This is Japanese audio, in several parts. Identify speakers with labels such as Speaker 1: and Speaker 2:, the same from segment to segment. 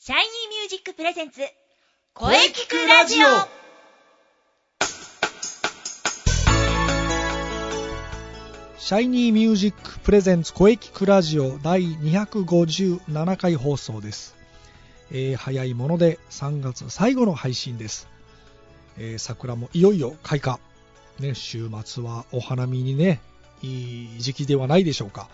Speaker 1: シャイニーミュージックプレゼンツ
Speaker 2: 声聞くラジオ
Speaker 3: シャイニーミュージックプレゼンツ声聞くラジオ第257回放送です、えー早いもので3月最後の配信です、えー桜もいよいよ開花ね週末はお花見にねいい時期ではないでしょうか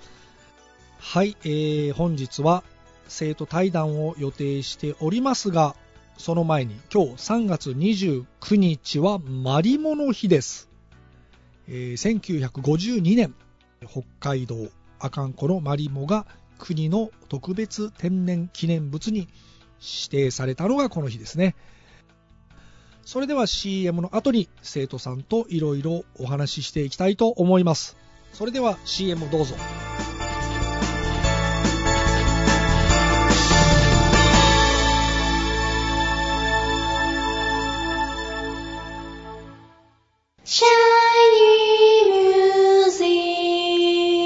Speaker 3: はい、えー本日は生徒対談を予定しておりますがその前に今日3月29日はマリモの日ですえー1952年北海道阿寒湖のマリモが国の特別天然記念物に指定されたのがこの日ですねそれでは CM の後に生徒さんといろいろお話ししていきたいと思いますそれでは CM どうぞ
Speaker 1: シャイニーミュージ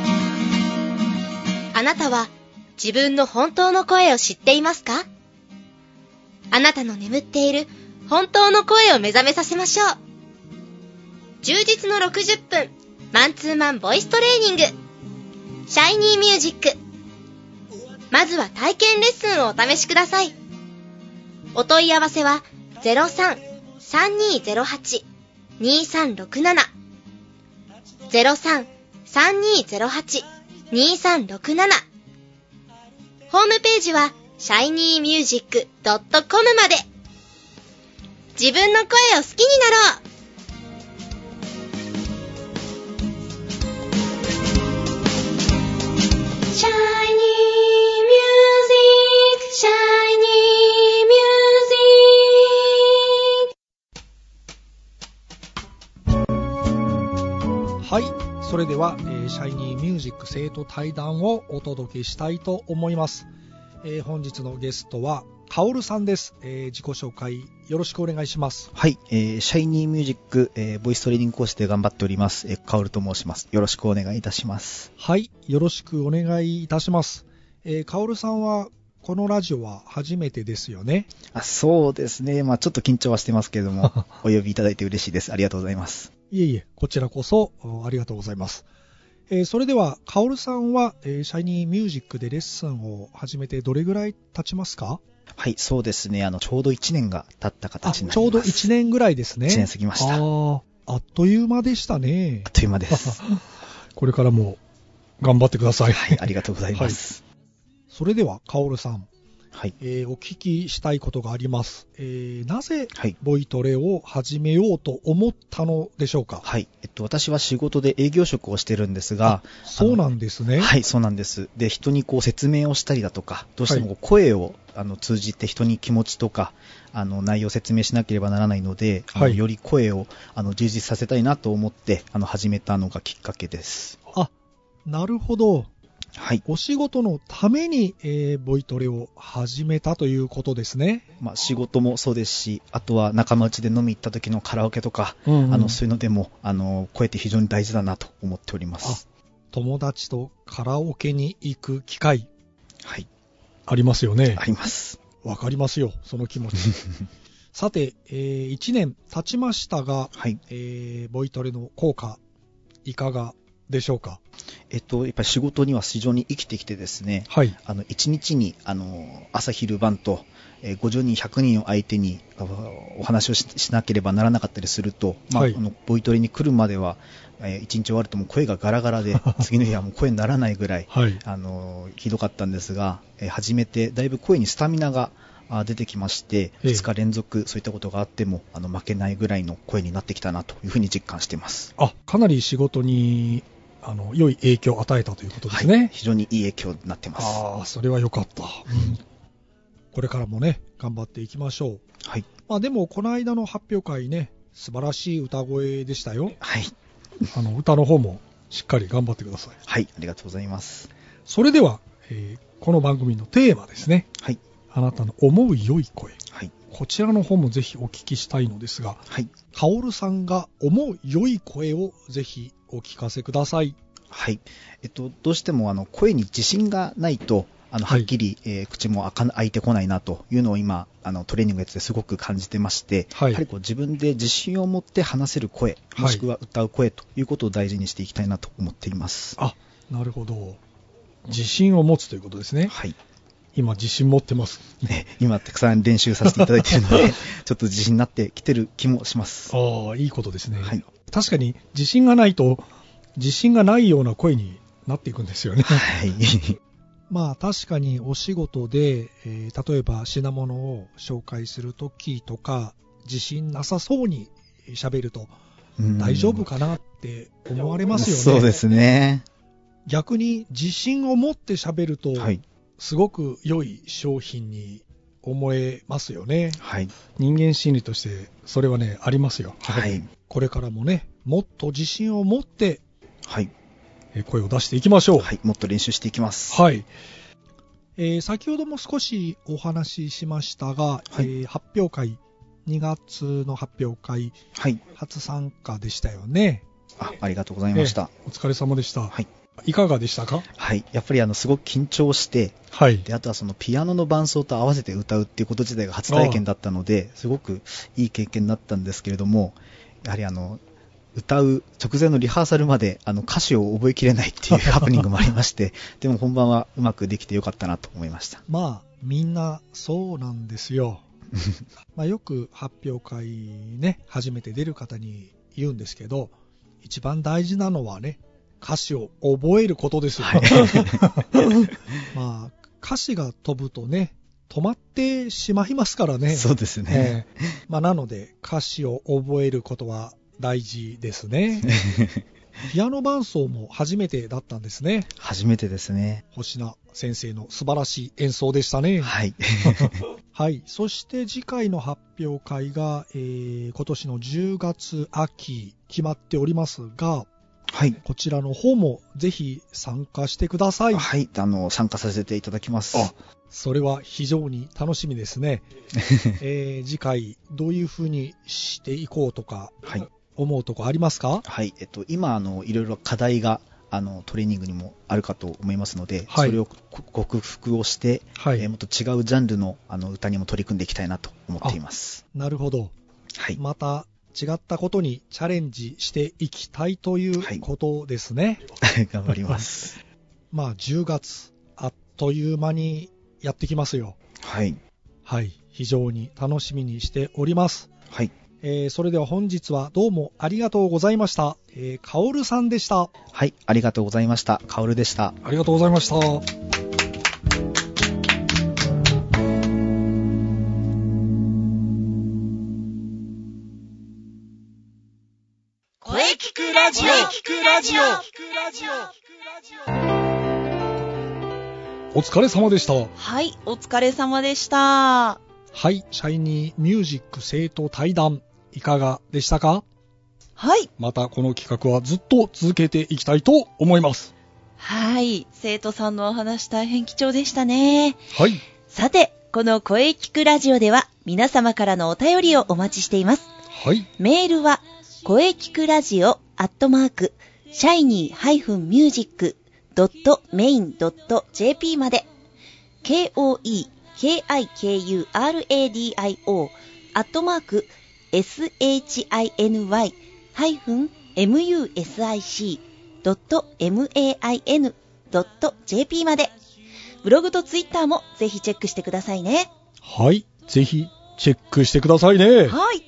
Speaker 1: ックあなたは自分の本当の声を知っていますかあなたの眠っている本当の声を目覚めさせましょう充実の60分マンツーマンボイストレーニングシャイニーミュージックまずは体験レッスンをお試しくださいお問い合わせは03-3208-2367 03-3208-2367ホームページは shinymusic.com まで自分の声を好きになろうシャイニーミュージック、シャイニーミュージック。
Speaker 3: はいそれでは、えーシャイニーミュージック生徒対談をお届けしたいと思います、えー本日のゲストはカオルさんです、えー自己紹介よろしくお願いします
Speaker 2: はい、えー、シャイニーミュージック、えー、ボイストレーニング講師で頑張っております、えー、カオルと申します。よろしくお願いいたします。
Speaker 3: はい、よろしくお願いいたします。えー、カオルさんは、このラジオは初めてですよね。
Speaker 2: あ、そうですね。まあちょっと緊張はしてますけれ ども、お呼びいただいて嬉しいです。ありがとうございます。
Speaker 3: いえいえ、こちらこそおありがとうございます。えーそれでは、カオルさんは、えーシャイニーミュージックでレッスンを始めてどれぐらい経ちますか
Speaker 2: はい、そうですね。あの、ちょうど1年が経った
Speaker 3: あ、
Speaker 2: 形にな
Speaker 3: ち
Speaker 2: りま
Speaker 3: ょ
Speaker 2: す。
Speaker 3: うど1年ぐらいですね。
Speaker 2: 一年過ぎました
Speaker 3: あーあっという間でしたね
Speaker 2: あっ。という 間です。は
Speaker 3: これからも頑張ってください。
Speaker 2: い、ありがとうございます。
Speaker 3: それでは、カオルさん、
Speaker 2: はい、
Speaker 3: えーお聞きしたいことがあります。えーなぜ
Speaker 2: はい。
Speaker 3: ボイトレを始めようと思ったのでしょうか。
Speaker 2: はい。えっと、私は仕事で営業職をしてるんですが、
Speaker 3: そうなんですね。
Speaker 2: はい、そうなんです。で、人にこう説明をしたりだとか、どうしてもこう声を、あの通じて人に気持ちとか、あの内容を説明しなければならないので、あの
Speaker 3: はい
Speaker 2: より声をあの充実させたいなと思って、あの始めたのがきっかけです。
Speaker 3: あ、なるほど。
Speaker 2: はい。
Speaker 3: お仕事のために、えーボイトレを始めたということですね。
Speaker 2: まあ、仕事もそうですし、あとは仲間内で飲み行った時のカラオケとか、
Speaker 3: うんうん
Speaker 2: あのそういうのでも、あの声って非常に大事だなと思っております。
Speaker 3: 友達とカラオケに行く機会
Speaker 2: はい、
Speaker 3: ありますよね
Speaker 2: あ。ります。
Speaker 3: わかりますよ、その気 持ち。さて、え1年経ちましたが、
Speaker 2: はい。
Speaker 3: えーボイトレの効果、いかがでしょうか。
Speaker 2: えっと、やっぱり仕事には非常に生きてきてですね、
Speaker 3: はい。
Speaker 2: あの1日にあの朝昼晩とえー50人、100人を相手にあのお話をししなければならなかったりすると、まあ
Speaker 3: はい
Speaker 2: あのボイトレに来るまでは、え1日終わるともう声がガラ ガラで次の日はもう声にならないぐらい
Speaker 3: はい。
Speaker 2: あのひどかったんですが、えー始めてだいぶ声にスタミナがあ出てきまして
Speaker 3: ええ
Speaker 2: 2日連続そういったことがあってもあの負けないぐらいの声になってきたなというふうに実感しています。
Speaker 3: あ、かなり仕事に、あの、良い影響を与えたということですね。
Speaker 2: はい、非常にいい影響になってます。は
Speaker 3: ああ、それは良かった。これからもね、頑張っていきましょう。
Speaker 2: い、
Speaker 3: まあでも、この間の発表会ね、素晴らしい歌声でしたよ。
Speaker 2: はい、
Speaker 3: あの、歌の方もしっかり頑張ってください。
Speaker 2: はい、ありがとうございます。
Speaker 3: それでは、えーこの番組のテーマですね。
Speaker 2: はい、
Speaker 3: あなたの思う良い声。
Speaker 2: はい、
Speaker 3: こちらの方もぜひお聞きしたいのですが、
Speaker 2: はい。
Speaker 3: カオルさんが思う良い声をぜひお聞かせください。
Speaker 2: はい。えっと、どうしてもあの声に自信がないと、あの
Speaker 3: は
Speaker 2: はいっきり、えー口も開か開いてこないなというのを今、あのトレーニングやっててすごく感じてまして、
Speaker 3: はい
Speaker 2: やはりこう自分で自信を持って話せる声、
Speaker 3: はい
Speaker 2: もしくは歌う声ということを大事にしていきたいなと思っています。
Speaker 3: あなるほど自信を持つということですね
Speaker 2: はい。
Speaker 3: 今自信持ってます
Speaker 2: ね、今、たくさん練習させていただいているの で、ちょっと自信になってきてる気もします。
Speaker 3: ああいいことですね、
Speaker 2: はい
Speaker 3: 確かに自信がないと自信がないような声になっていくんですよね
Speaker 2: はい。
Speaker 3: まあ確かにお仕事で、えー例えば品物を紹介するときとか自信なさそうに喋ると
Speaker 2: うん
Speaker 3: 大丈夫かなって思われますよね、
Speaker 2: そうですね。
Speaker 3: 逆に自信を持って喋ると、
Speaker 2: はい。
Speaker 3: すごく良い商品に思えますよね
Speaker 2: はい。
Speaker 3: 人間心理としてそれはねありますよ
Speaker 2: はい。
Speaker 3: これからもねもっと自信を持って
Speaker 2: はい。
Speaker 3: えー声を出していきましょう
Speaker 2: はい。もっと練習していきます。
Speaker 3: はい。えー先ほども少しお話ししましたが、
Speaker 2: はい
Speaker 3: えー発表会、2月の発表会、
Speaker 2: はい。
Speaker 3: 初参加でしたよね。
Speaker 2: あありがとうございました。
Speaker 3: えーお疲れ様でした。
Speaker 2: はい。
Speaker 3: いかがでしたか
Speaker 2: はい。やっぱりあの、すごく緊張して、
Speaker 3: はい。
Speaker 2: で、あとはそのピアノの伴奏と合わせて歌うっていうこと自体が初体験だったので、すごくいい経験だったんですけれども、やはりあの、歌う直前のリハーサルまであの歌詞を覚えきれないっていうハプニングもあり まして、でも本番はうまくできてよかったなと思いました。
Speaker 3: まあ、みんなそうなんですよ。 まあよく発表会ね、初めて出る方に言うんですけど、一番大事なのはね、歌詞を覚えることですよ。
Speaker 2: はい
Speaker 3: まあ、歌詞が飛ぶとね、止まってしまいますからね。
Speaker 2: そうですね。
Speaker 3: ええまあ、なので、歌詞を覚えることは大事です ね。ピアノ伴奏も初めてだったんですね。
Speaker 2: 初めてですね。
Speaker 3: 星名先生の素晴らしい演奏でしたね。
Speaker 2: はい。
Speaker 3: はい。そして次回の発表会が、えー今年の10月秋決まっておりますが、
Speaker 2: はい。
Speaker 3: こちらの方もぜひ参加してください。
Speaker 2: はい。あの、参加させていただきます。
Speaker 3: あそれは非常に楽しみですね。えー次回どういう風にしていこうとか
Speaker 2: はい。
Speaker 3: 思うとこありますか
Speaker 2: はい、えっと、今、あの、いろいろ課題が、あの、トレーニングにもあるかと思いますので、
Speaker 3: はい
Speaker 2: それをこ克服をして、
Speaker 3: は
Speaker 2: えーもっと違うジャンルの、あの、歌にも取り組んでいきたいなと思っています。
Speaker 3: なるほど。
Speaker 2: はい。
Speaker 3: また違ったことにチャレンジしていきたいということですね。
Speaker 2: 頑張り ます。
Speaker 3: まあ10月あっという間にやってきますよ。
Speaker 2: はい。
Speaker 3: はい。非常に楽しみにしております。
Speaker 2: はい。
Speaker 3: えーそれでは本日はどうもありがとうございました。えー、カオルさんでした。
Speaker 2: はい。ありがとうございました。カオルでした。
Speaker 3: ありがとうございました。
Speaker 1: 声聞くラジオ
Speaker 3: お疲れ様でした。
Speaker 4: はい、お疲れ様でした。
Speaker 3: はい、シャイニーミュージック生徒対談、いかがでしたか
Speaker 4: はい。
Speaker 3: またこの企画はずっと続けていきたいと思います。
Speaker 4: はい、生徒さんのお話大変貴重でしたね。
Speaker 3: はい。
Speaker 4: さて、この声聞くラジオでは皆様からのお便りをお待ちしています。
Speaker 3: はい。
Speaker 4: メールは、声聞くラジオアットマーク、シャイニー -music.main.jp まで、k-o-e-k-i-k-u-r-a-d-i-o アットマーク、shiny-music.main.jp まで、ブログとツイッターもぜひチェックしてくださいね。
Speaker 3: はい。ぜひ、チェックしてくださいね。
Speaker 4: はい。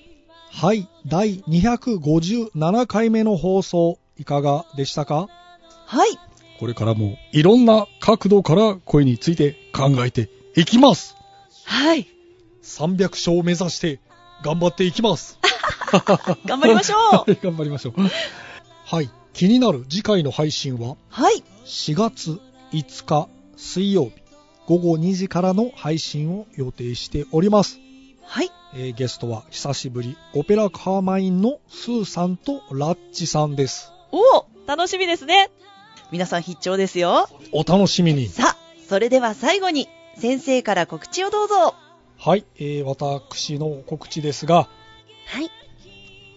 Speaker 3: はい。第257回目の放送、いかがでしたか
Speaker 4: はい。
Speaker 3: これからもいろんな角度から声について考えていきます。
Speaker 4: はい。
Speaker 3: 300勝を目指して頑張っていきます。
Speaker 4: 頑張りましょう
Speaker 3: はい 頑張りましょう。はい。気になる次回の配信は
Speaker 4: はい。
Speaker 3: 4月5日水曜日午後2時からの配信を予定しております。
Speaker 4: はい。
Speaker 3: えーゲストは久しぶりオペラカーマインのスーさんとラッチさんです。
Speaker 4: おお楽しみですね皆さん必聴ですよ
Speaker 3: お楽しみに。
Speaker 4: さあ、それでは最後に、先生から告知をどうぞ
Speaker 3: はい、えー私の告知ですが、
Speaker 4: はい。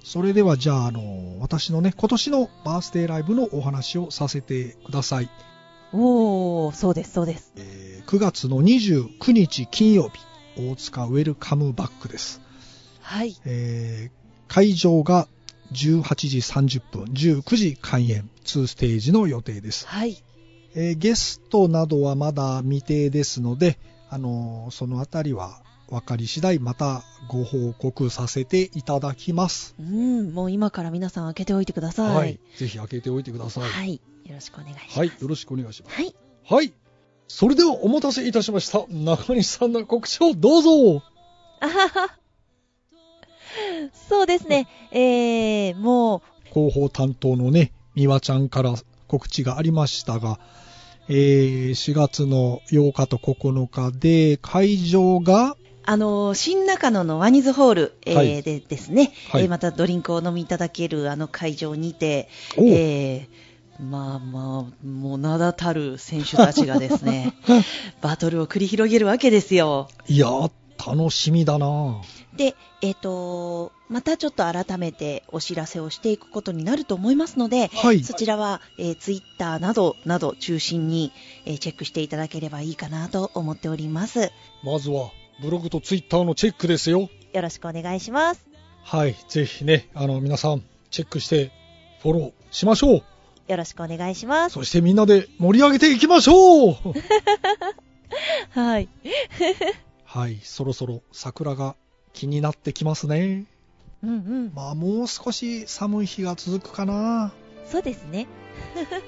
Speaker 3: それではじゃあ、あの、私のね、今年のバースデーライブのお話をさせてください。
Speaker 4: おー、そうです、そうです。
Speaker 3: えー9月の29日金曜日、大塚ウェルカムバックです。
Speaker 4: はい。
Speaker 3: えー会場が18時30分、19時開演、2ステージの予定です。
Speaker 4: はい。
Speaker 3: えーゲストなどはまだ未定ですので、あのーそのあたりは分かり次第またご報告させていただきます。
Speaker 4: うん、もう今から皆さん開けておいてください。はい。。
Speaker 3: ぜひ開けておいてください。はい。
Speaker 4: よろしくお願いします。はい。
Speaker 3: よろしくお願いします。はい。それではお待たせいたしました。中西さんの告知をどうぞ。
Speaker 4: あはは。 そうですね。えー、もう、
Speaker 3: 広報担当のね、美和ちゃんから告知がありましたが、えー4月の8日と9日で、会場が、
Speaker 4: あの、新中野のワニズホール、えー
Speaker 3: はい
Speaker 4: でですね、
Speaker 3: はい
Speaker 4: えーまたドリンクをお飲みいただけるあの会場にて、
Speaker 3: おう
Speaker 4: えーまあまあ、もう名だたる選手たちがです ね、バトルを繰り広げるわけですよ。
Speaker 3: いやー、楽しみだな
Speaker 4: で、えっ、と、またちょっと改めてお知らせをしていくことになると思いますので、
Speaker 3: はい。
Speaker 4: そちらは、えー、ツイッターなど、など中心に、えーチェックしていただければいいかなと思っております。
Speaker 3: まずは、ブログとツイッターのチェックですよ。
Speaker 4: よろしくお願いします。
Speaker 3: はい。ぜひね、あの、皆さん、チェックして、フォローしましょう。
Speaker 4: よろしくお願いします。
Speaker 3: そしてみんなで盛り上げていきましょう
Speaker 4: はい。
Speaker 3: はい。そろそろ桜が気になってきますね。
Speaker 4: うんうん。
Speaker 3: まあ、もう少し寒い日が続くかな
Speaker 4: そうですね。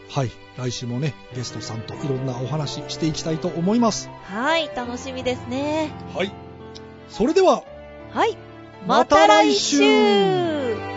Speaker 3: はい。来週もね、ゲストさんといろんなお話ししていきたいと思います。
Speaker 4: はい、楽しみですね。
Speaker 3: はい。それでは、
Speaker 4: はい。
Speaker 3: また来週